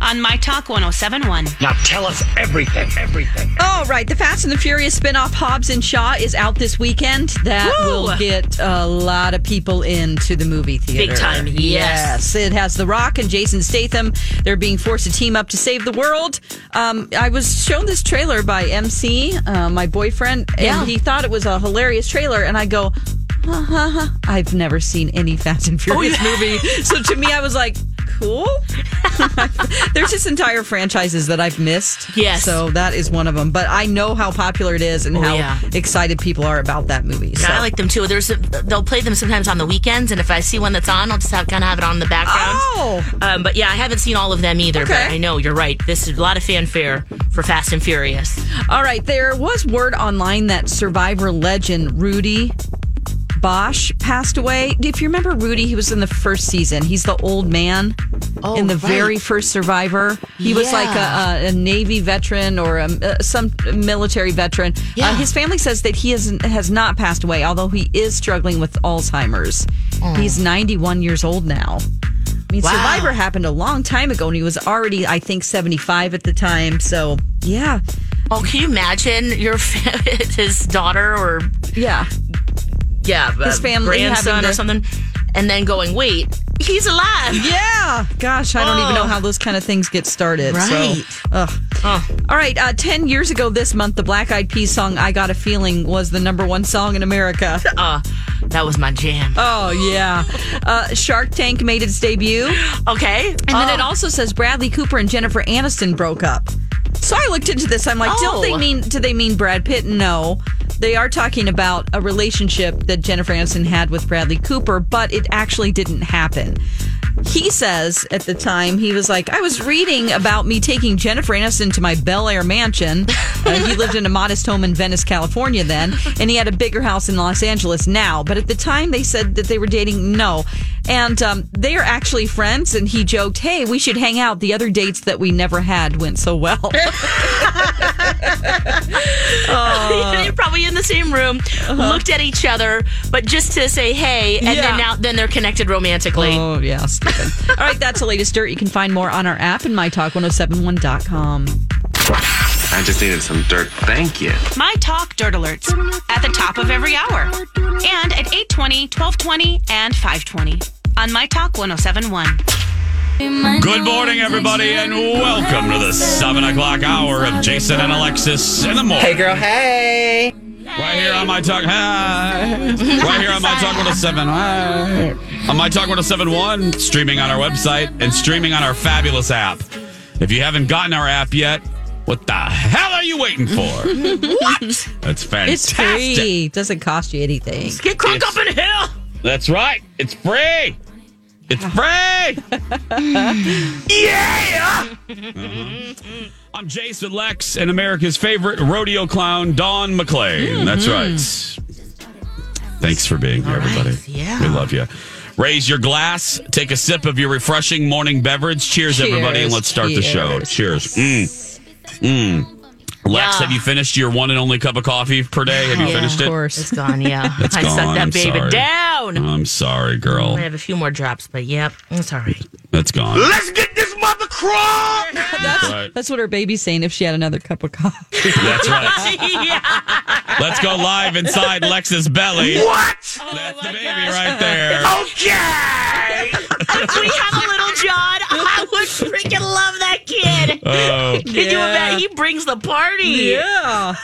on My Talk 1071. Now tell us everything, everything. All right, the Fast and the Furious spin-off Hobbs and Shaw is out this weekend. That Woo! will get a lot of people into the movie theater. Big time, yes. It has The Rock and Jason Statham. They're being forced to team up to save the world. Um, I was shown this trailer by MC, uh, my boyfriend, and Yeah. he thought it was a hilarious trailer. And I go, uh-huh. I've never seen any Fast Oh, and Furious movie. So to me, I was like, cool. There's just entire franchises that I've missed. Yes. So that is one of them. But I know how popular it is and how Oh, yeah. excited people are about that movie. So. I like them too. There's a, they'll play them sometimes on the weekends, and if I see one that's on, I'll just have kind of have it on in the background. Oh! Um, but yeah, I haven't seen all of them either. Okay. But I know you're right. This is a lot of fanfare for Fast and Furious. All right. There was word online that Survivor legend Rudy Bosch passed away. If you remember Rudy, he was in the first season. He's the old man in the very first Survivor. He was like a, a, a Navy veteran or a, uh, some military veteran. Uh, his family says that he has, has not passed away, although he is struggling with Alzheimer's. He's 91 years old now. I mean, Survivor happened a long time ago, and he was already, I think, 75 at the time. So, yeah. Oh, can you imagine your fa- his daughter or Yeah. yeah His family having grandson to- or something, and then going wait he's alive. Yeah. Gosh, I don't even know how those kind of things get started. Right. So, ugh. Oh, All right. Uh, 10 years ago this month, the Black Eyed Peas song I Got a Feeling was the number one song in America. Oh. Uh, that was my jam. oh, yeah. Uh, Shark Tank made its debut. And okay. Oh. then it also says Bradley Cooper and Jennifer Aniston broke up. So I looked into this. I'm like, don't they Oh. mean do they mean Brad Pitt? No. They are talking about a relationship that Jennifer Aniston had with Bradley Cooper, but it actually didn't happen. He says at the time, he was like, I was reading about me taking Jennifer Aniston to my Bel Air mansion. Uh, he lived in a modest home in Venice, California then, and he had a bigger house in Los Angeles now. But at the time, they said that they were dating. No. And um, they are actually friends, and he joked, Hey, we should hang out. The other dates that we never had went so well. they're probably in the same room, Uh-huh. looked at each other, but just to say hey, and Yeah. then now then they're connected romantically. Oh, yeah, stupid. All right, that's the latest dirt. You can find more on our app and mytalk1071.com. I just needed some dirt. Thank you. My Talk Dirt Alerts at the top of every hour and at 820, 1220, and 520 on My Talk 1071. Good morning, everybody, and welcome to the 7 o'clock hour of Jason and Alexis in the morning. Hey, girl, hey. Right here on my talk. Hi. Right here on my talk 107. Hi. On my talk 1071, streaming on our website and streaming on our fabulous app. If you haven't gotten our app yet, what the hell are you waiting for? what? That's It's fantastic. free. Doesn't cost you anything. Get crunk up in hell. That's right. It's free. It's free. yeah. Uh-huh. I'm Jason Lex and America's favorite rodeo clown, Don McClain. That's right. Thanks for being here, everybody. yeah. We love you. Raise your glass, take a sip of your refreshing morning beverage. Cheers, everybody, and Cheers. let's start the show. Cheers. Mm. Mm. Lex, Yeah. have you finished your one and only cup of coffee per day? Have you Yeah. finished Of it? course. It's gone, yeah. I gone, sucked that I'm baby sorry. down. I'm sorry, girl. I have a few more drops, but yep, it's all right. That's gone. Let's get this mother crawl. That's right. That's what her baby's saying if she had another cup of coffee. That's right. Let's go live inside Lex's belly. What? That's the baby right there. Okay. we had a little John. I would freaking love that kid. Oh, Can you imagine? He brings the party. yeah.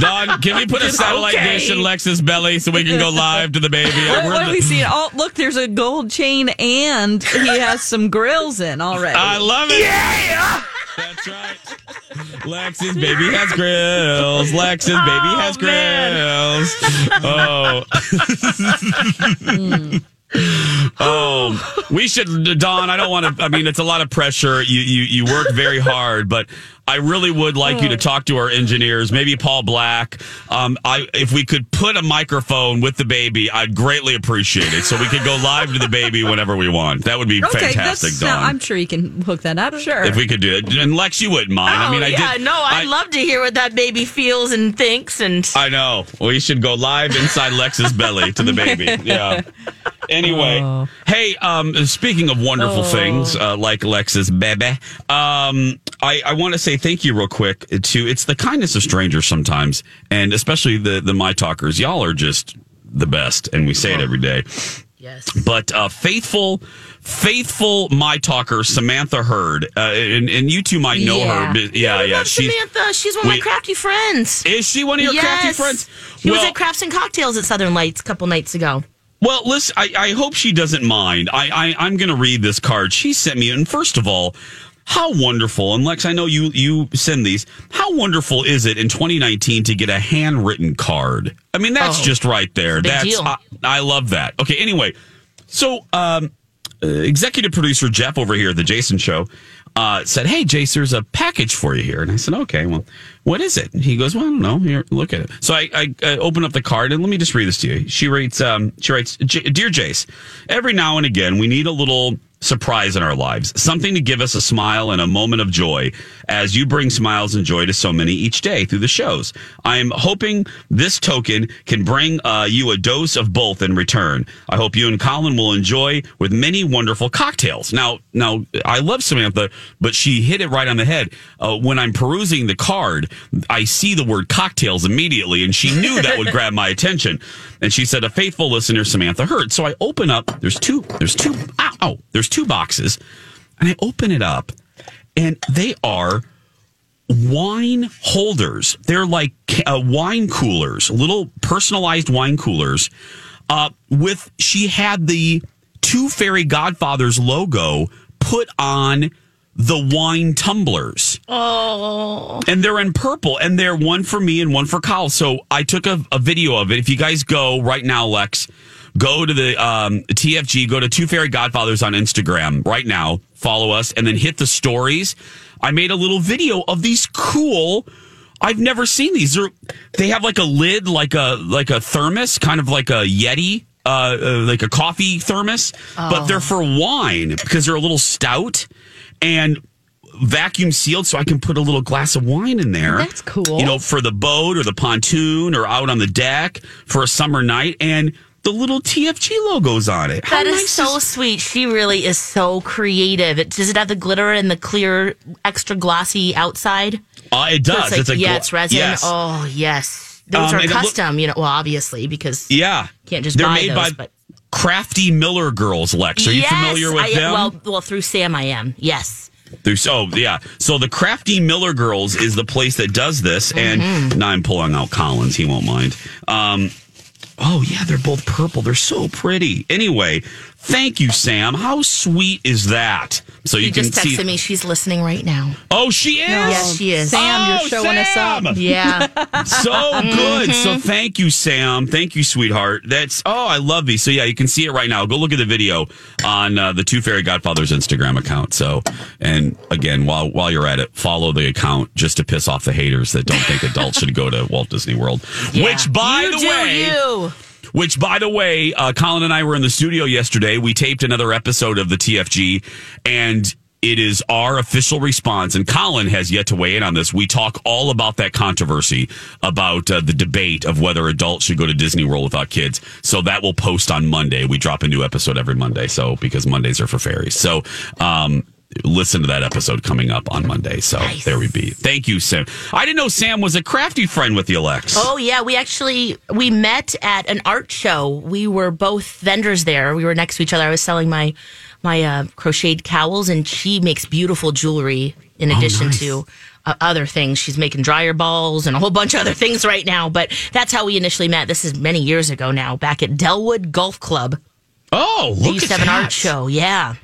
Don, can we put a satellite Okay. dish in Lex's belly so we can go live to the baby? What, We're what are the- we seeing? Oh, look, there's a gold chain and he has some grills in already. I love it. Yeah. That's right. Lex's baby has grills. Lex's baby has grills. Oh. Hmm. oh, we should, Don. I don't want to. I mean, it's a lot of pressure. You you you work very hard, but I really would like you to Oh. talk to our engineers. Maybe Paul Black. Um, I if we could put a microphone with the baby, I'd greatly appreciate it. So we could go live to the baby whenever we want. That would be okay, fantastic, that's Don. now, I'm sure you can hook that up. Sure. If we could do it, and Lex, you wouldn't mind. I mean, oh, I yeah, did. no, I'd love to hear what that baby feels and thinks. And I know. We should go live inside Lex's belly to the baby. Yeah. Anyway, Oh. hey, um, speaking of wonderful things uh, like Lex's baby, um, I, I want to say thank you real quick to it's the kindness of strangers sometimes, and especially the the my talkers. Y'all are just the best, and we say Oh. it every day. But uh, faithful, faithful my talker Samantha Heard, uh, and, and you two might know Yeah. her. but- Yeah, yeah, I love she's- Samantha. She's one of we- my crafty friends. Is she one of your crafty friends? He was at Crafts and Cocktails at Southern Lights a couple nights ago. Well, listen, I, I hope she doesn't mind. I, I, I'm going to read this card she sent me. And first of all, how wonderful, and Lex, I know you, you send these. How wonderful is it in 2019 to get a handwritten card? I mean, that's Oh, just right there. big That's, deal. I, I love that. Okay, anyway, so, um, uh, executive producer Jeff over here at the Jason Show uh, said, "Hey, Jace, there's a package for you here." And I said, "Okay, well, what is it?" And he goes, "Well, I don't know. Here, look at it." So I, I, I open up the card and let me just read this to you. She writes, um, "She writes, J- dear Jace, every now and again we need a little." Surprise in our lives, something to give us a smile and a moment of joy as you bring smiles and joy to so many each day through the shows. I am hoping this token can bring uh, you a dose of both in return. I hope you and Colin will enjoy with many wonderful cocktails. Now, now I love Samantha, but she hit it right on the head. Uh, when I'm perusing the card, I see the word cocktails immediately, and she knew that would grab my attention. And she said, "A faithful listener, Samantha Heard." So I open up. There's two. There's two. Ow, ow, there's two boxes, and I open it up, and they are wine holders. They're like uh, wine coolers, little personalized wine coolers. Uh, with she had the Two Fairy Godfathers logo put on the wine tumblers. Oh, and they're in purple, and they're one for me and one for Kyle. So I took a, a video of it. If you guys go right now, Lex. Go to the um, TFG, go to Two Fairy Godfathers on Instagram right now, follow us, and then hit the stories. I made a little video of these cool. I've never seen these. They're, they have like a lid, like a like a thermos, kind of like a Yeti, uh, uh, like a coffee thermos, but they're for wine because they're a little stout and vacuum sealed, so I can put a little glass of wine in there. That's cool. You know, for the boat or the pontoon or out on the deck for a summer night, and the little TFG logos on it. How That is nice so sweet. She really is so creative. It, does it have the glitter and the clear, extra glossy outside? Uh, it does. So it's like, a yeah, gla- it's resin. Yes. Oh, yes. Those Um, are and it look- custom, you know. Well, obviously, because Yeah. Can't just They're buy made those, by but- Crafty Miller Girls, Lex. Are you Yes, familiar with I, them? Well, well, through Sam, I am. Yes. Through- oh, yeah. So the Crafty Miller Girls is the place that does this. And Mm-hmm. now I'm pulling out Collins. He won't mind. Um, oh, yeah. They're both purple. They're so pretty. Anyway, thank you, Sam. How sweet is that? So you She can just texted see. me. She's listening right now. Oh, she is. Yes, she is. Sam, Oh, you're showing Sam! us up. Yeah. so good. So Mm-hmm. thank you, Sam. Thank you, sweetheart. That's oh, I love thee. So yeah, you can see it right now. Go look at the video on uh, the Two Fairy Godfathers Instagram account. So and again, while while you're at it, follow the account just to piss off the haters that don't think adults should go to Walt Disney World. Which, by You the do way, you. which, by the way, uh, Colin and I were in the studio yesterday. We taped another episode of the TFG, and It is our official response, and Colin has yet to weigh in on this. We talk all about that controversy about uh, the debate of whether adults should go to Disney World without kids. So that will post on Monday. We drop a new episode every Monday, so because Mondays are for fairies. So um, listen to that episode coming up on Monday. So there we be. Thank you, Sam. I didn't know Sam was a crafty friend with the Alex. Oh yeah, we actually we met at an art show. We were both vendors there. We were next to each other. I was selling my my uh, crocheted cowls, and she makes beautiful jewelry in Oh, addition to uh, other things. She's making dryer balls and a whole bunch of other things right now. But that's how we initially met. This is many years ago now, back at Delwood Golf Club. Oh, They look used at to that. have an art show. Yeah.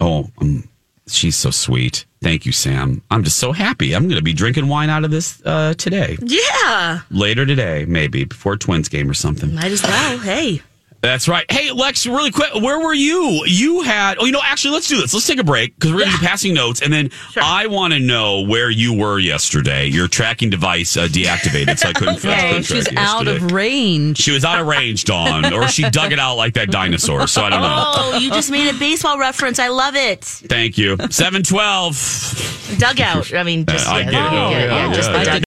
Oh, um, she's so sweet. Thank you, Sam. I'm just so happy. I'm going to be drinking wine out of this uh, today, Yeah. later today, maybe before Twins game or something. Might as well. Hey. That's right. Hey, Lex, really quick, where were you? You had, oh, you know, actually, let's do this. Let's take a break because we're going to be passing notes. And then I want to know where you were yesterday. Your tracking device uh, deactivated, so I couldn't, I couldn't she's track you out yesterday. of range. She was out of range, Dawn, or she dug it out like that dinosaur. So I don't know. Oh, you just made a baseball reference. I love it. Thank you. 712. Dugout. I mean, just, I yeah, get it. Oh, yeah, yeah, just the yeah. dugout.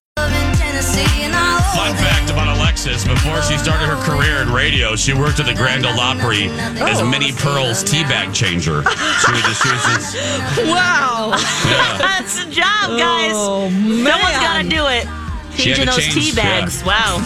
Fun fact about Alexis before she started her career in radio, she worked at the Grand Ole Opry as Oh. Minnie Pearl's teabag changer. She was just, she was just- Wow. That's the job, guys. Oh, Someone's got to man. do it. She had Changing to those change, tea bags. Wow.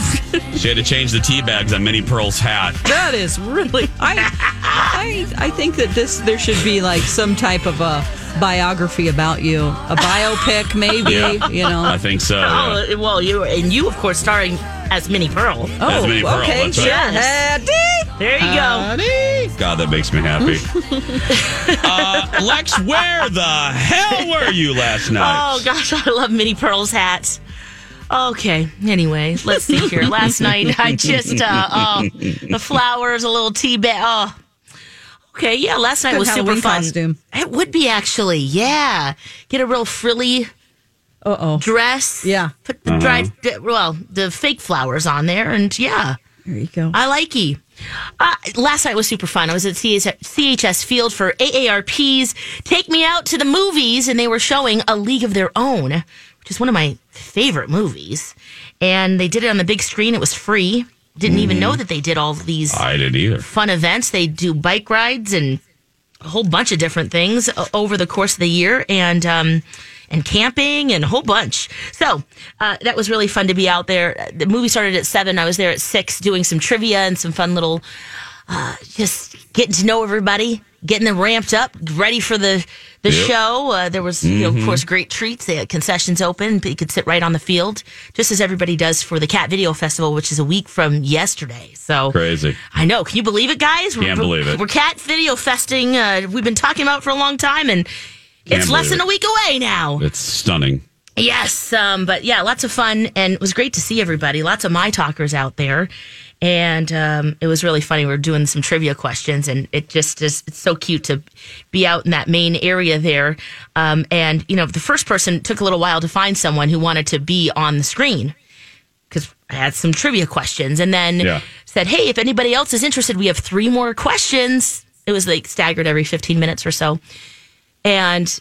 she had to change the tea bags on Minnie Pearl's hat. That is really. I, I, I think that this there should be like some type of a biography about you, a biopic maybe. Yeah. You know. I think so. yeah. Oh, well, you and you, of course, starring as Minnie Pearl. That's Minnie Oh, Pearl, okay, that's right. sure. Hattie. There you go. Uh, God, that makes me happy. uh, Lex, where the hell were you last night? Oh gosh, I love Minnie Pearl's hat. Okay. Anyway, let's see here. Last night, I just uh, oh, the flowers, a little tea bag. Oh. Okay. Yeah. Last night Good was Halloween super fun. costume. It would be actually. Yeah. Get a real frilly Uh oh. dress. Yeah. Put the dried, Mm-hmm. well, the fake flowers on there, and yeah. There you go. I like you. Uh, last night was super fun. I was at CHS, CHS Field for AARP's Take Me Out to the Movies, and they were showing A League of Their Own, which is one of my favorite movies. And they did it on the big screen. It was free. Didn't even know that they did all these Mm-hmm. I didn't either. fun events. They do bike rides and a whole bunch of different things o- over the course of the year, and um, and camping and a whole bunch. So uh, that was really fun to be out there. The movie started at seven. I was there at six, doing some trivia and some fun little, uh, just getting to know everybody, getting them ramped up, ready for the the Yep. Mm-hmm. show. Uh, there was, you know, of course, great treats. They had concessions open, but you could sit right on the field, just as everybody does for the Cat Video Festival, which is a week from yesterday. So Crazy. I know. Can you believe it, guys? Can't we're, believe it. We're cat video festing. Uh, we've been talking about it for a long time, and it's less believe than it. a week away now. It's stunning. Yes, um, but yeah, lots of fun, and it was great to see everybody. Lots of my talkers out there, and um, it was really funny. We were doing some trivia questions, and it just is it's so cute to be out in that main area there. Um, and you know, the first person took a little while to find someone who wanted to be on the screen because I had some trivia questions, and then Yeah. said, "Hey, if anybody else is interested, we have three more questions." It was like staggered every fifteen minutes or so, and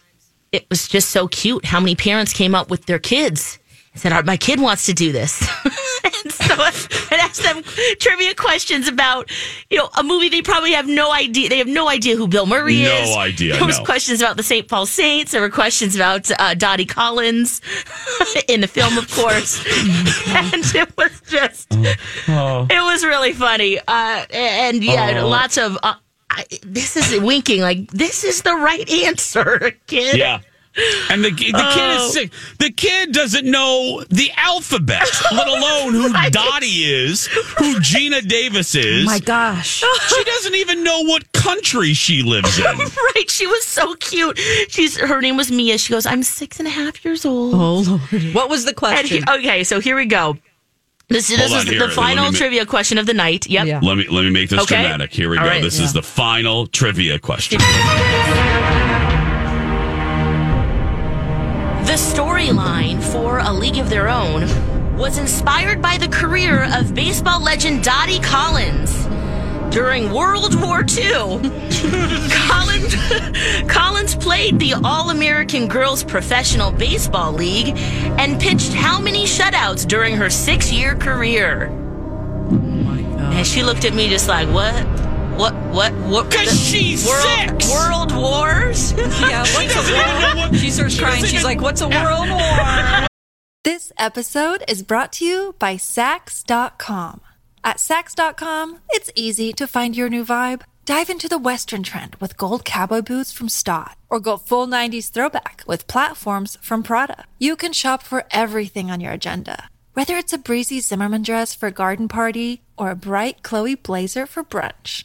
it was just so cute how many parents came up with their kids and said, "Our- "My kid wants to do this." and so I I asked them trivia questions about, you know, a movie they probably have no idea. They have no idea who Bill Murray No is. idea, There was no. questions about the St. Paul Saints. There were questions about uh, Dottie Collins in the film, of course. and it was just, Oh. it was really funny. Uh, and yeah, lots of. Uh, I, this is winking like this is the right answer, kid. Oh. Yeah. And the, the kid is sick. The kid doesn't know the alphabet, let alone who Dottie is, who Gina Davis is. My gosh. She doesn't even know what country she lives in. right. She was so cute. She's her name was Mia. She goes, I'm six and a half years old. Oh Lord. What was the and he, question? okay, so here we go. This, this on is here. the Let final me ma- trivia question of the night. Yep. Yeah. Let me let me make this Okay. dramatic. Here we All go. right. This is the final trivia question. The storyline for A League of Their Own was inspired by the career of baseball legend Dottie Collins. during World War II. Collins, Collins played the All American Girls Professional Baseball League and pitched how many shutouts during her six year career? And she looked at me just like, what? What? What? What? 'Cause the- she's world, six! World wars? Yeah, what's a world? She starts crying. She's like, "What's a world war?" This episode is brought to you by Sax.com. At Sax.com, it's easy to find your new vibe. Dive into the Western trend with gold cowboy boots from Stott, or go full 90s throwback with platforms from Prada. You can shop for everything on your agenda, whether it's a breezy Zimmerman dress for a garden party or a bright Chloe blazer for brunch.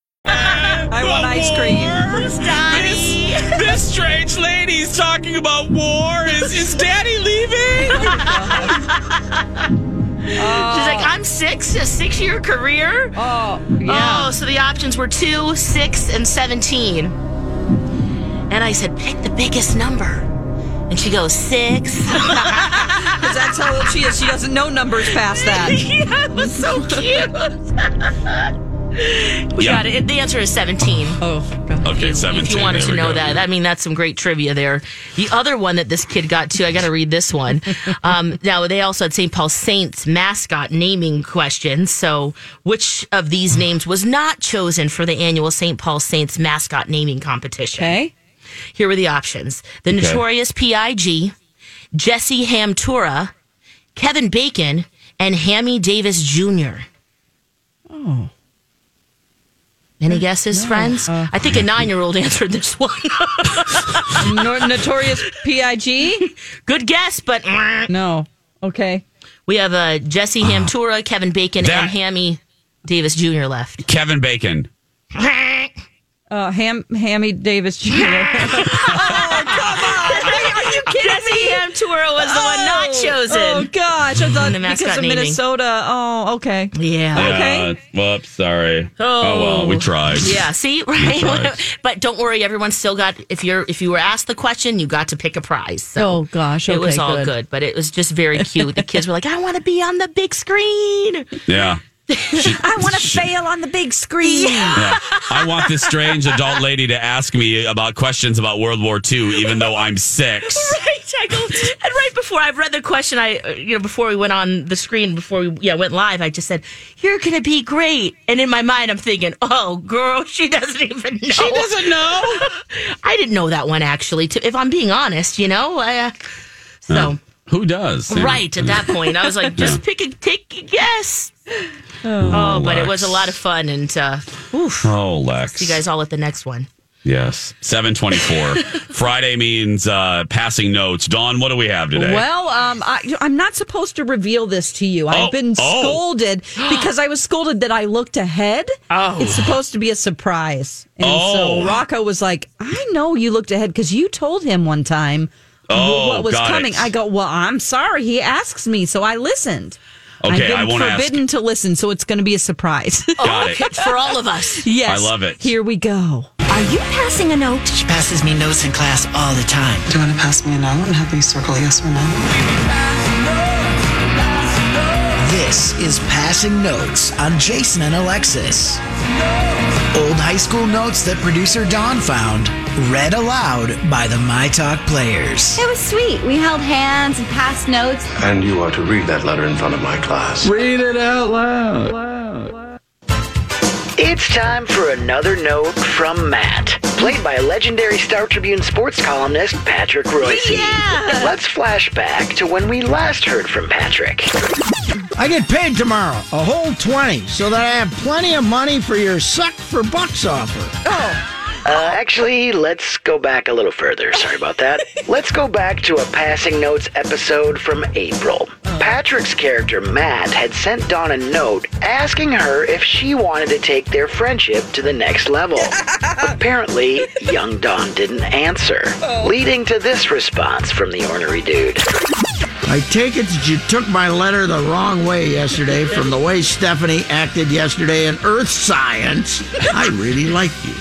I want ice cream. Donnie. This, this strange lady's talking about war. Is, is daddy leaving? She's like, Oh. I'm six, a six year career? Oh, Oh, so the options were two, six, and 17. And I said, pick the biggest number. And she goes, six. because that's how old she is. She doesn't know numbers past that. yeah, it was so cute. we Yeah. got it. The answer is 17. Oh, God. Okay, If- seventeen. If you wanted there to we know go. that, I mean, that's some great trivia there. The other one that this kid got too, I got to read this one. Um, now they also had St. Paul Saints mascot naming questions. So, which of these names was not chosen for the annual St. Paul Saints mascot naming competition? Okay. Here were the options: the Notorious P.I.G., Jesse Hamtura, Kevin Bacon, and Hammy Davis Jr. Oh. Any guesses, friends? Uh, I think a nine-year-old answered this one. Nor- notorious P.I.G. Good guess, but No. Okay. Ah. we have uh, Jesse Hamtura, Kevin Bacon, That- and Hammy Davis Jr. left. Kevin Bacon. Uh, Ham Hammy Davis Jr. Oh, Jesse Hamtura was the one not Oh chosen. gosh, I thought The mascot because of naming. Minnesota. Oh, okay. Yeah. Okay. Yeah, Uh, whoops, sorry. Oh, well, we tried. Yeah, see, prize. right? but don't worry, everyone still got if you're if you were asked the question, you got to pick a prize. So Oh gosh, okay, it was all good. but it was just very cute. The kids were like, "I want to be on the big screen. Yeah. I uh, want to fail on the big screen. Yeah. I want this strange adult lady to ask me about questions about World War II, even though I'm six. Right, I go, and right before I've read the question, I uh, you know before we went on the screen, before we yeah went live, I just said, "You're gonna be great," and in my mind, I'm thinking, "Oh, girl, she doesn't even know. She doesn't know." I didn't know that one actually. To, if I'm being honest, you know, I, uh, so. Who does? Right at that point, I was like, just pick a take a guess. Oh, but it was a lot of fun, and uh, oof, Oh, Lex. you guys all at the next one. Yes. 724. Friday means uh, passing notes. Dawn, what do we have today? Well, um, I, I'm not supposed to reveal this to you. Oh, I've been oh. scolded because I was scolded that I looked ahead. Oh. It's supposed to be a surprise. And Oh. so Rocco was like, I know you looked ahead because you told him one time Oh, what was got it. coming. I go, Well, I'm sorry. He asks me, so I listened. Okay, I've been I won't ask. forbidden to listen, so it's going to be a surprise. Got it. For all of us, yes. I love it. Here we go. Are you passing a note? She passes me notes in class all the time. Do you want to pass me a note and have me circle yes or no? This is Passing Notes on Jason and Alexis. Old high school notes that producer Don found, read aloud by the My Talk players. It was sweet. We held hands and passed notes. And you are to read that letter in front of my class. It's time for another note from Matt, played by legendary Star Tribune sports columnist Patrick Royce. Yeah. Let's flash back to when we last heard from Patrick. I get paid tomorrow, a whole 20, so that I have plenty of money for your suck for bucks offer. Uh, actually, let's go back a little further. Sorry about that. let's go back to a passing notes episode from April. Patrick's character, Matt, had sent Dawn a note asking her if she wanted to take their friendship to the next level. Apparently, young Dawn didn't answer, leading to this response from the ornery dude. I take it that you took my letter the wrong way yesterday from the way Stephanie acted yesterday in Earth Science. I really like you.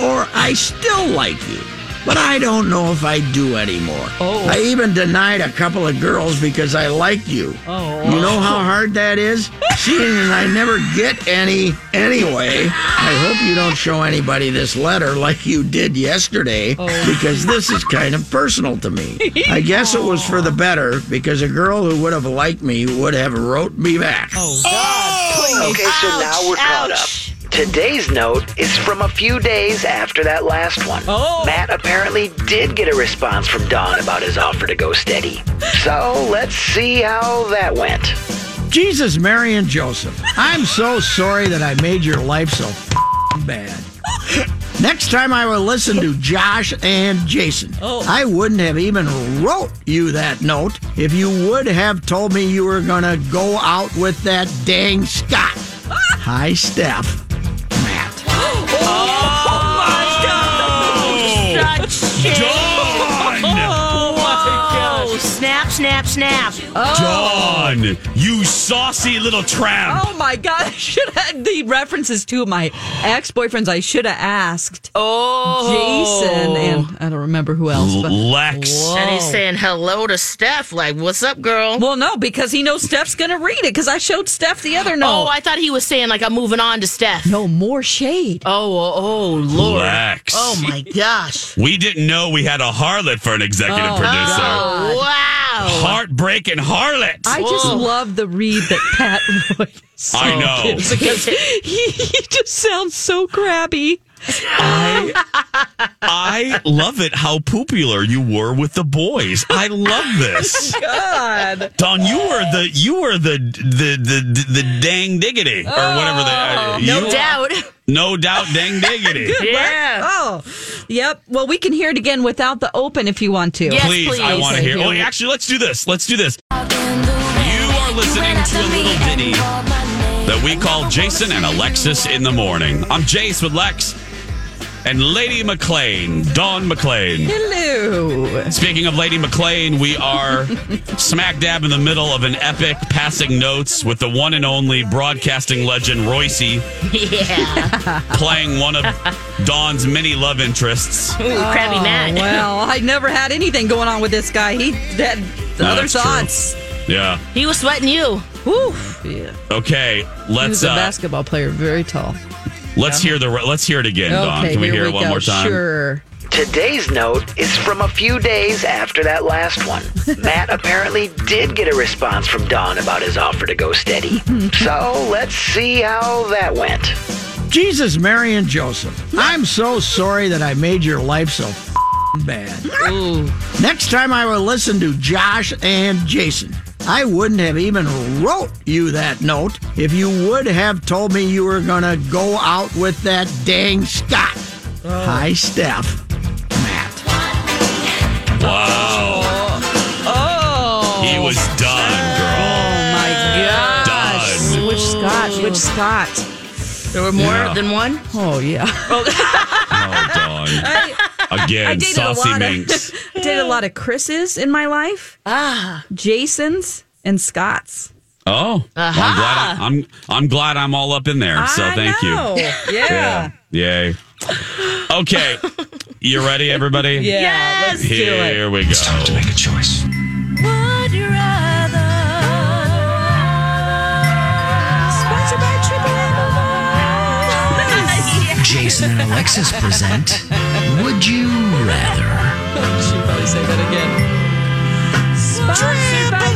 Or I still like you. But I don't know if I do anymore. Oh. I even denied a couple of girls because I liked you. Oh. You know how hard that is? Seeing that I never get any anyway. I hope you don't show anybody this letter like you did yesterday because this is kind of personal to me. I guess it was for the better because a girl who would have liked me would have wrote me back. Oh, Okay, so now we're caught up. Today's note is from a few days after that last one. Matt apparently did get a response from Don about his offer to go steady. So let's see how that went. Jesus, Mary, and Joseph, I'm so sorry that I made your life so f***ing bad. Next time I will listen to Josh and Jason. I wouldn't have even wrote you that note if you would have told me you were going to go out with that dang Scott. Hi, Steph. Oh, snap, snap, snap. Dawn, you saucy little tramp. Oh my god! I should have the references to my ex boyfriends. I should have asked. Oh, Jason and I don't remember who else. But. Lex. And he's saying hello to Steph. Like, what's up, girl? Well, no, because he knows Steph's gonna read it. Because I showed Steph the other note. Oh, I thought he was saying like I'm moving on to Steph. No more shade. Oh, oh, oh Lord. Lex. Oh my gosh. We didn't know we had a harlot for an executive Oh, producer. Oh, wow. Heartbreaking harlot. I just Whoa. love the read that Pat Roy I know. gives because he, he just sounds so crabby. I love it how popular you were with the boys. I love this. Oh, God. Don, you were the you were the the the the dang diggity or whatever the Oh. uh, No you- doubt. no doubt dang diggity. Yeah. Oh, yep. Well, we can hear it again without the open if you want to. Yeah. Yes, please, I please. want to hear. Oh, actually, let's do this. Let's do this. You are listening to a little ditty that we call Jason and Alexis in the morning. I'm Jace with Lex and Lady McLean, Dawn McLean. Hello. Speaking of Lady McLean, we are smack dab in the middle of an epic passing notes with the one and only broadcasting legend Royce Yeah. playing one of Dawn's many love interests. Ooh, crabby Matt. Well, I never had anything going on with this guy. He had other that's true. thoughts. Yeah. He was sweating you. Whew. Yeah. Okay. He Let's was a uh, basketball player, very tall. let's hear the re- let's hear it again, Dawn. okay, Can we here hear we it one go. more time? Sure. Today's note is from a few days after that last one. Matt apparently did get a response from Don about his offer to go steady. So let's see how that went. Jesus, Mary, and Joseph, I'm so sorry that I made your life so f***ing bad. Next time I will listen to Josh and Jason. I wouldn't have even wrote you that note if you would have told me you were going to go out with that dang Scott. Hi, Steph. Matt. Wow. Oh. He was done, girl. Oh my gosh. Done. Which Scott? Which Scott? There were more Yeah. than one. Oh yeah. Oh, Dawn. I Again, dated a saucy lot of- minx. Did a lot of Chris's in my life. Ah. Jason's and Scott's. Oh, well, I'm glad I, am I'm glad I'm all up in there. So thank you. you. Yeah. Yay. Okay. You ready, everybody? Yeah. Let's do it. Here we go. a choice. Sponsored by Triple M. Jason and Alexis present Would You Rather? Should probably say that again. Sponsored by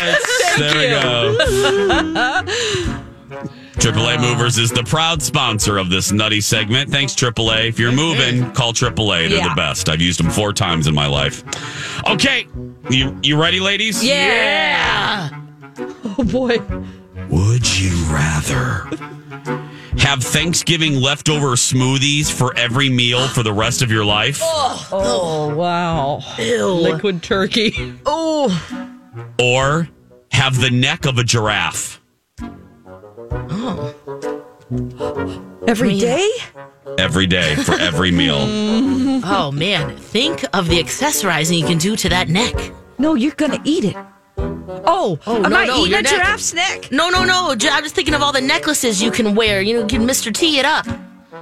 That's right. there we go. AAA Movers is the proud sponsor of this nutty segment. Thanks, AAA. If you're moving, call AAA. They're Yeah. the best. I've used them four times in my life. Okay. You, you ready, ladies? Yeah. Oh boy. Would you rather have Thanksgiving leftover smoothies for every meal for the rest of your life? Oh, wow. Liquid turkey. Oh. Or have the neck of a giraffe Every day? every day for every meal? oh man, think of the accessorizing you can do to that neck. No, you're gonna eat it. Oh, oh am no, I no, eating your a neck- giraffe's neck? No, no, no. J- I'm just thinking of all the necklaces you can wear. You know, you can Mr. T it up.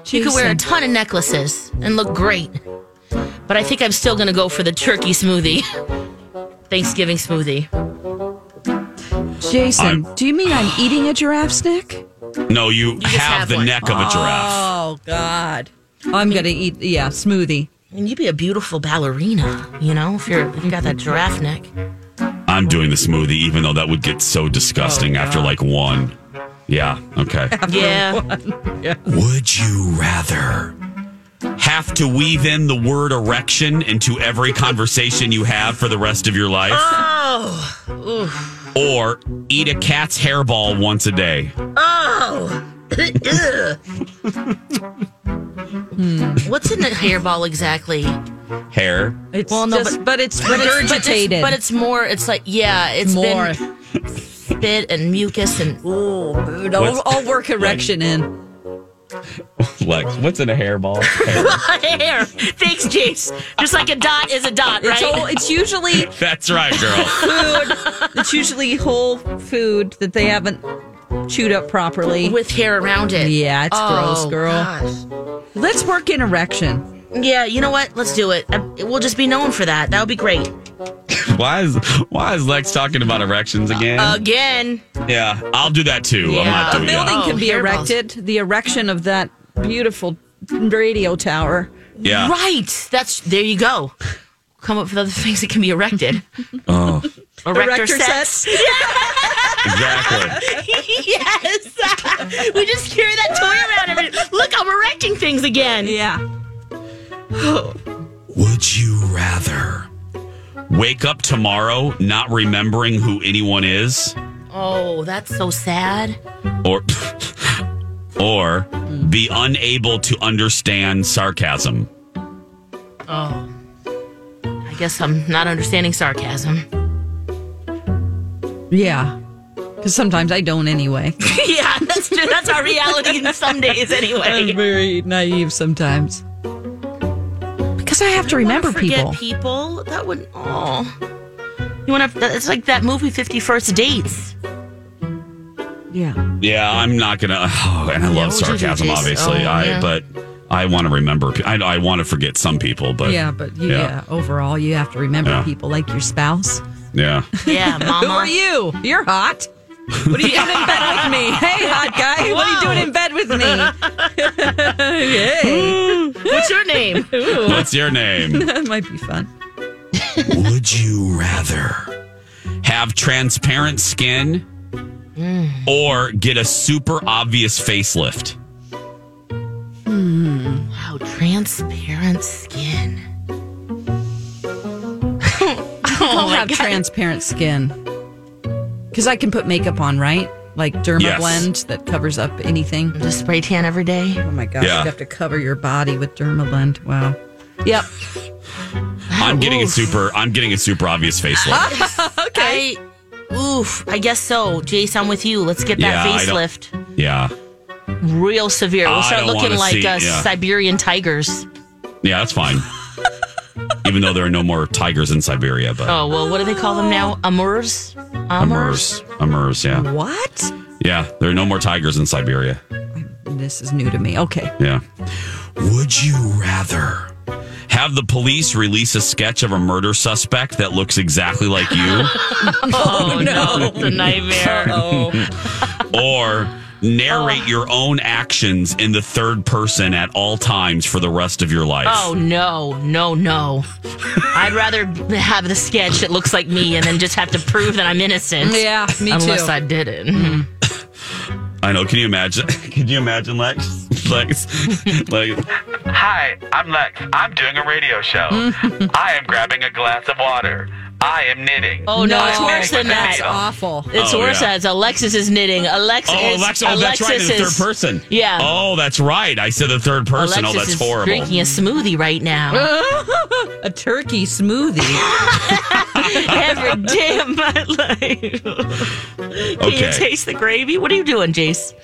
You can wear a Jason. ton of necklaces and look great. But I think I'm still gonna go for the turkey smoothie. Thanksgiving smoothie. Jason, do you mean I'm eating a giraffe's neck? No, you, have, have the one. neck of a giraffe. Oh God. I'm gonna eat yeah, smoothie. And you'd be a beautiful ballerina, you know, if you're if you got that giraffe neck. I'm doing the smoothie, even though that would get so Oh, disgusting after like one. Yeah, okay. Yeah. Would you rather have to weave in the word erection into every conversation you have for the rest of your life? Oh. Oof. Or eat a cat's hairball once a day? Oh. Ugh. What's in a hairball exactly? Hair? It's Well, no, just, but- but, it's But it's, but, regurgitated. it's, but it's more. It's like yeah, it's more. been spit and mucus and Ooh, dude, What's- I'll, I'll work erection in. Lex, what's in a hairball? hair. Thanks, James. Just like a dot is a dot, right? It's, all, it's usually That's right, girl. food. It's usually whole food that they haven't chewed up properly. With hair around it. Oh, Yeah, it's gross, girl. gosh. Let's work in erection. Yeah, you know what? Let's do it. Uh, We'll just be known for that. That would be great. Why is why is Lex talking about erections again? Again. yeah, I'll do that too. I'm not Uh, Yeah. doing The Building that. Oh, can be hairballs. erected. The erection of that beautiful radio tower. Yeah. Right. That's there. You go. Come up with other things that can be erected. Oh, Erector, Erector sets. exactly. yes. we just carry that toy around. Every- Look, I'm erecting things again. Yeah. Would you rather wake up tomorrow not remembering who anyone is? Oh, that's so sad. or or be unable to understand sarcasm. Oh. I guess I'm not understanding sarcasm. Yeah. Because sometimes I don't anyway. yeah, that's true. That's our reality in some days, anyway. very naive sometimes. Because I have to remember people. Forget people. That would. Oh. You want to. It's like that movie, 51st Dates. Yeah. Yeah, I'm not gonna. Oh, and I love what would you do, sarcasm, Jason? obviously. Oh, I yeah. but I want to remember. pe- I I want to forget some people, but Yeah, but you, yeah. overall, you have to remember people like your spouse. yeah. Yeah, Mama. Who are you? You're hot. What are you doing in bed with me? Hey, hot guy. What are you doing in bed with me? hey. What's your name? What's your name? That might be fun. Would you rather have transparent skin or get a super obvious facelift? Wow, transparent skin. Oh I'll have transparent skin. Because I can put makeup on, right? Like derma Yes. blend that covers up anything. Just spray tan every day. Oh my gosh, Yeah. you have to cover your body with derma blend. Wow. Yep. I'm getting a super. I'm getting a super obvious facelift. Okay. I, oof. I guess so. Jace, I'm with you. Let's get that Yeah, I don't- facelift Yeah, real severe. I We'll start don't looking wanna like see- uh, yeah. Siberian tigers. yeah, that's fine. Even though there are no more tigers in Siberia, but Oh, well, what do they call them now? Amurs? Amurs. Amurs, yeah. What? Yeah, there are no more tigers in Siberia. This is new to me. Okay. Yeah. Would you rather have the police release a sketch of a murder suspect that looks exactly like you Oh, no. It's a nightmare. or narrate your own actions in the third person at all times for the rest of your life? Oh no, no, no! I'd rather have the sketch that looks like me, and then just have to prove that I'm innocent. Yeah, me too. unless I did it. I know. Can you imagine? Can you imagine, Lex? Lex, Lex. Hi, I'm Lex. I'm doing a radio show. I am grabbing a glass of water. I am knitting. Oh no, I it's am worse making than that. a meal. It's Oh, worse yeah. than that. Alexis is knitting. Alexis. Oh, Alex, oh, that's right. In the third is- person. Yeah. Oh, that's right. I said the third person. Alexis oh, that's is horrible. Drinking a smoothie right now. a turkey smoothie. Oh, Every day of my life. Can you Okay. taste the gravy? What are you doing, Jace?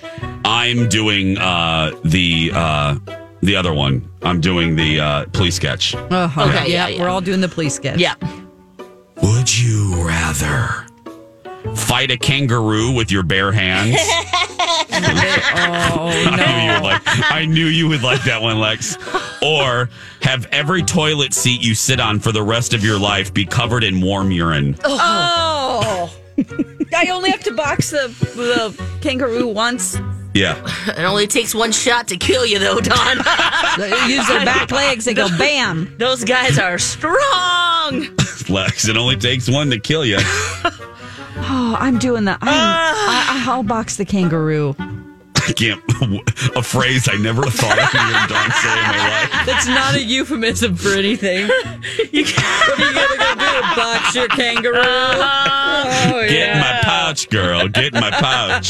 I'm doing uh, the uh, the other one. I'm doing the uh, police sketch. Uh-huh. Okay, yeah, we're all doing the police sketch. Yeah. Would you rather fight a kangaroo with your bare hands? oh I knew you would like. I knew you would like that one, Lex. Or have every toilet seat you sit on for the rest of your life be covered in warm urine. Oh. I only have to box the, the kangaroo once. Yeah. It only takes one shot to kill you, though, Don. They use their back legs. They go bam. Those guys are strong. Lex, it only takes one to kill you. Oh, I'm doing that. I'm, I, I'll box the kangaroo. I can't. A phrase I never thought I'd hear Don say in my life. That's not a euphemism for anything. what are you gonna go do? Box your kangaroo? Oh, Get in my pouch, girl. Get in my pouch.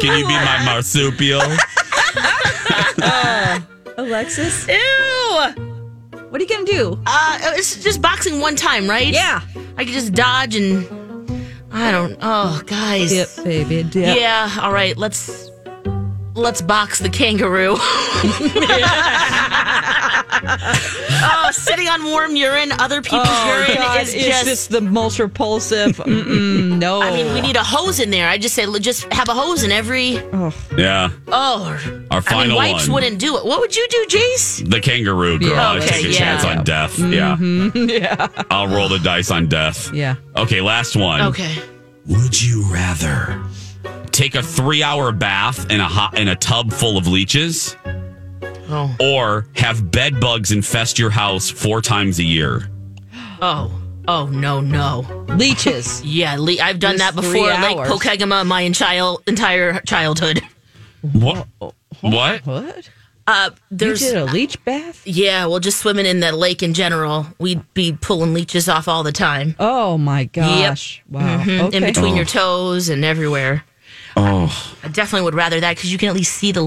Can you be my marsupial? Alexis, Ew. what are you gonna do? Uh, it's just boxing one time, right? Yeah. I could just dodge and I don't. Oh, guys. Dip, baby, dip. Yeah. All right. Let's let's box the kangaroo. oh, sitting on warm urine, other people's urine Oh, God, is it's just, Oh. just. the most repulsive. Mm-mm, no. I mean, we need a hose in there. I just say, l- just have a hose in every. Yeah. Oh, Our I mean, final wipes one. wouldn't do it. What would you do, Jace? The kangaroo girl. Yeah. I Okay, take a yeah. chance on death. Yeah. Mm-hmm. yeah. I'll roll the dice on death. Yeah. Okay, last one. Okay. Would you rather take a three-hour bath in a hot in a tub full of leeches, Oh. or have bed bugs infest your house four times a year? Oh. Oh no no. Leeches. Yeah, Lee, I've done Just that before. three Lake hours. Pokegama, my entire entire childhood. What? What? What? Uh, You there's did a leech bath? yeah, well, just swimming in the lake in general, we'd be pulling leeches off all the time. Oh my gosh. Wow. Mhm, Okay. In between your toes and everywhere. Oh, I definitely would rather that because you can at least see the.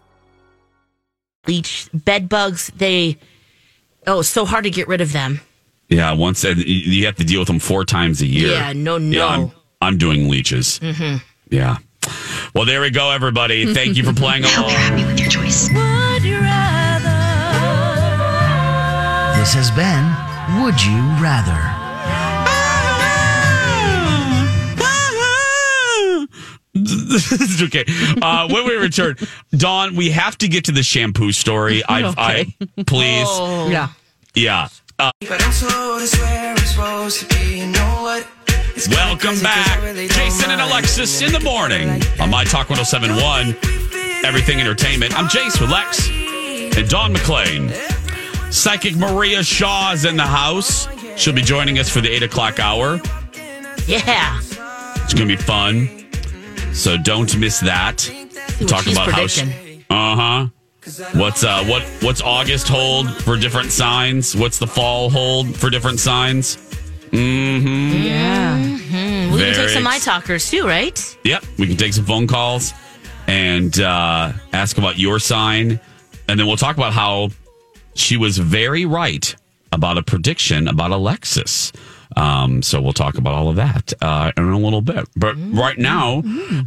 leech bed bugs they oh it's so hard to get rid of them yeah. Once and you- you have to deal with them four times a year. Yeah, no, no. Yeah, I'm, I'm doing leeches. mm-hmm. Yeah. Well, there we go, everybody. Thank you for playing along. Happy with your choice. This has been Would You Rather? this is okay. Uh, when we return, Dawn, we have to get to the shampoo story. I, Okay. Oh. I, please, yeah. yeah. Uh, But I'm told it's where it's supposed to be. You know what? It's kinda welcome crazy 'cause I back, really don't Jason and mind. Alexis in the morning on my Talk 1071, Everything Entertainment. I'm Jace with Lex and Dawn McClain. Psychic Maria Shaw is in the house. She'll be joining us for the eight o'clock hour. yeah It's going to be fun. So don't miss that. what Talk she's about predicting. how. Uh huh. What's uh what what's August hold for different signs? What's the fall hold for different signs? Mm-hmm. Yeah. Hmm, we can Very take some my ex- talkers too right Yep. We can take some phone calls and uh, ask about your sign, and then we'll talk about how she was very right about a prediction about Alexis. Um, so we'll talk about all of that uh, in a little bit. But Mm-hmm. right now,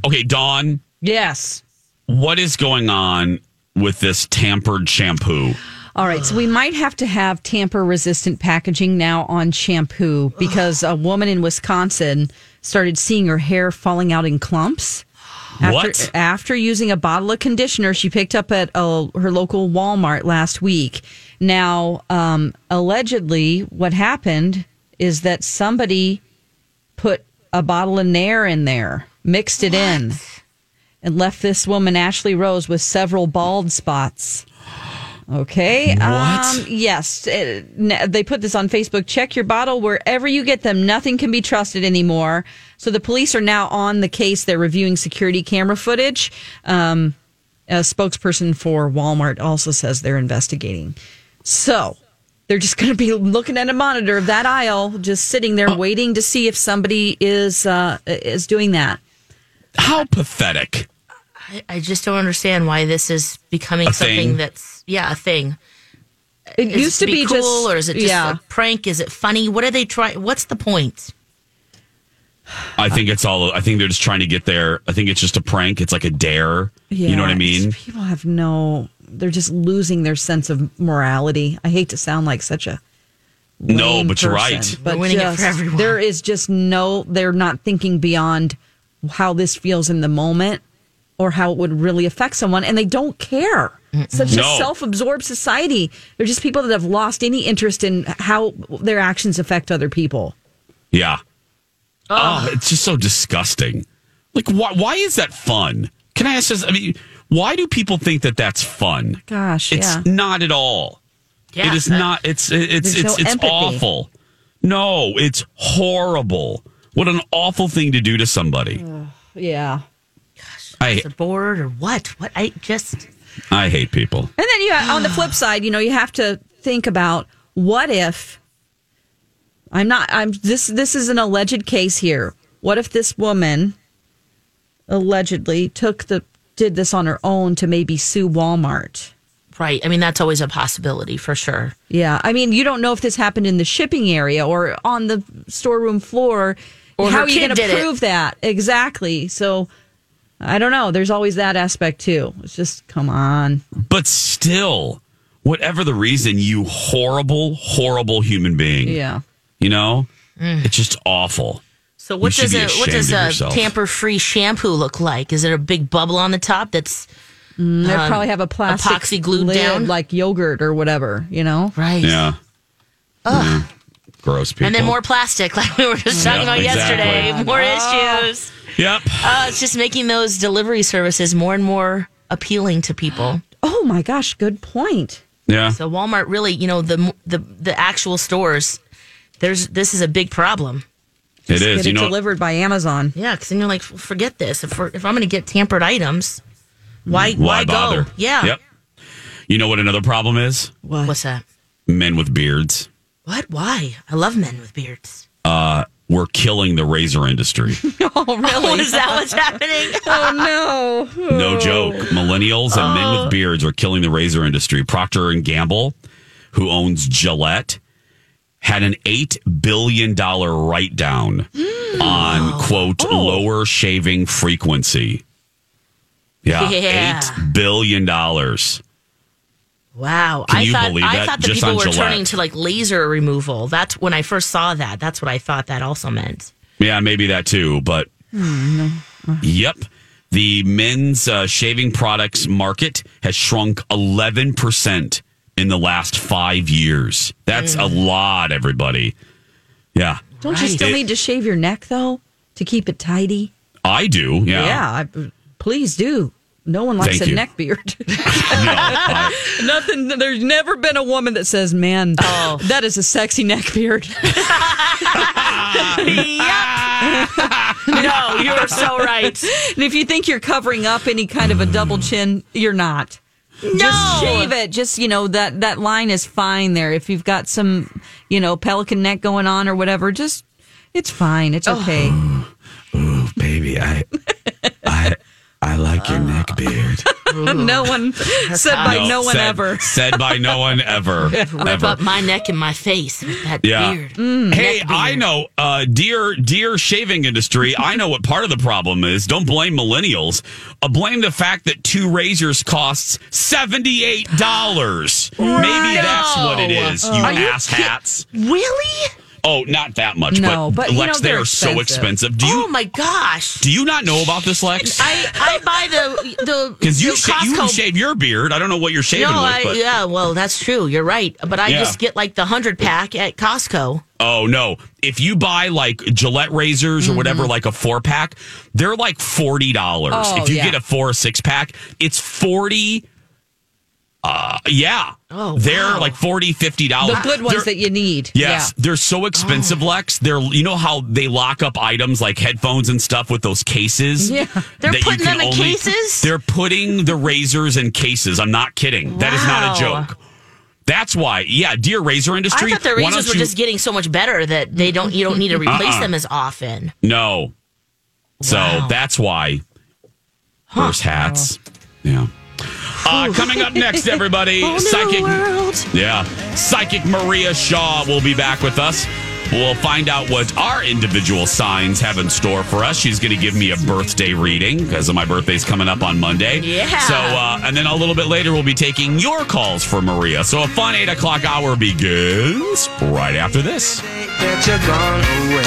okay, Dawn. Yes. what is going on with this tampered shampoo? All right, so we might have to have tamper resistant packaging now on shampoo because a woman in Wisconsin started seeing her hair falling out in clumps. After, What? After using a bottle of conditioner she picked up at a, her local Walmart last week. Now, um, allegedly, what happened is that somebody put a bottle of Nair in there, mixed it in, and left this woman, Ashley Rose, with several bald spots. Okay. Um, yes. it- n- they put this on Facebook. Check your bottle wherever you get them. Nothing can be trusted anymore. So the police are now on the case. They're reviewing security camera footage. Um, a spokesperson for Walmart also says they're investigating. So they're just going to be looking at a monitor of that aisle, just sitting there waiting to see if somebody is uh, is doing that. How pathetic. I, I just don't understand why this is becoming A something thing. that's yeah a thing. It Is used to be cool, just- or is it just yeah. a prank? Is it funny? What are they trying? What's the point? I think it's all. I think they're just trying to get there. I think it's just a prank. It's like a dare. you know what I Yeah, mean? People have no, they're just losing their sense of morality. I hate to sound like such a. No, lame but you're person, right. But Ruining it just- for everyone. There is just no, they're not thinking beyond how this feels in the moment or how it would really affect someone. And they don't care. Such No. a self absorbed society. They're just people that have lost any interest in how their actions affect other people. Yeah. Ah. Oh, it's just so disgusting. Like, why? Why is that fun? Can I ask this? I mean, why do people think that that's fun? Gosh, It's yeah. not at all. Yeah, it is uh, not. It's it's it's there's no it's empathy. awful. No, it's horrible. What an awful thing to do to somebody. Oh, Yeah. I The board or what? What I just I hate people. And then you on the flip side, you know, you have to think about what if I'm not I'm this this is an alleged case here. What if this woman allegedly took the did this on her own to maybe sue Walmart? right. I mean, that's always a possibility for sure. Yeah. I mean, you don't know if this happened in the shipping area or on the storeroom floor. Or How her are you kid going did to it. prove that? Exactly. So I don't know. There's always that aspect too. It's just come on. But still, whatever the reason, you horrible, horrible human being. Yeah. Mm. You know, it's just awful. So what You should does be a what ashamed does of a yourself. tamper-free shampoo look like? Is it a big bubble on the top that's Mm, They um, probably have a plastic epoxy glued lid, down? like yogurt or whatever. You know, right? Yeah. Ugh. Yeah. Gross people. And then more plastic, like we were just Yeah, talking about exactly. yesterday. More Oh. issues. Yep. Uh, it's just making those delivery services more and more appealing to people. Oh my gosh, good point. Yeah. So Walmart really, you know, the the the actual stores, there's this is a big problem. It is. Get you it know, delivered by Amazon. Yeah, because then you're like, "Well, forget this. If we're, if I'm going to get tampered items, why why, why, bother? go? Yeah. Yep. You know what another problem is? What's that? Men with beards. What? Why? I love men with beards. Uh, we're killing the razor industry. Oh really? Is that what's happening? oh no. No joke. Millennials and men with beards are killing the razor industry. Procter and Gamble, who owns Gillette, had an eight billion dollar write down on quote lower shaving frequency. Yeah, Yeah. eight billion dollars. Wow. Can I you thought believe I that? thought the Just people on were Gillette. turning to like laser removal. That's when I first saw that. That's what I thought that also meant. Yeah, maybe that too, but yep. The men's uh, shaving products market has shrunk 11% in the last five years. That's a Mm. lot, everybody. Yeah. Don't you still It- need to shave your neck though to keep it tidy? I do. Yeah. I, please do. No one likes Thank a you. neck beard. Nothing. There's never been a woman that says, "Man, Oh. that is a sexy neck beard." no, you're so right. and if you think you're covering up any kind of a double chin, you're not. Just shave it. Just you know that that line is fine there. If you've got some, you know, pelican neck going on or whatever, just it's fine. It's okay. Ooh, baby, I, I, I like your neck beard. no one said by no, one said- ever. said by no one ever. Rip ever. up my neck and my face with that Yeah. beard. Hey, I know, uh, dear, dear shaving industry. I know what part of the problem is. Don't blame millennials. Uh, blame the fact that two razors costs seventy eight dollars. Maybe that's what it is. You Are you ass kid- hats. Really? Oh, not that much. No, but, but, you Lex, know, they they're are so expensive. expensive. Do you oh my gosh! do you not know about this, Lex? I I buy the the Because you the sha- you Costco- shave your beard. I don't know what you're shaving with, no, I, but yeah, well, that's true. You're right, but I Yeah. just get like the hundred pack at Costco. oh no, if you buy like Gillette razors or whatever, like a four pack, they're like forty dollars. Mm-hmm. Oh, if you yeah. get a four or six pack, it's forty. Uh, yeah. Oh, they're wow. like 40 50 dollars. the good ones that you need. Yes, they're so expensive, Oh. Lex. They're you know how they lock up items like headphones and stuff with those cases. Yeah. They're that you putting can them in cases? They're putting the razors in cases. I'm not kidding. That is not a Wow. joke. That's why, yeah, dear razor industry. I thought the why razors were don't you- just getting so much better that they don't you don't need to replace oh Uh-uh. them as often. no. So Wow. that's why. Horse hats. Yeah. Uh, coming up next, everybody, Whole new psychic. world. Yeah, psychic Maria Shaw will be back with us. We'll find out what our individual signs have in store for us. She's going to give me a birthday reading because my birthday's coming up on Monday. Yeah. So, uh, and then a little bit later, we'll be taking your calls for Maria. So, a fun eight o'clock hour begins right after this. That you're gone away.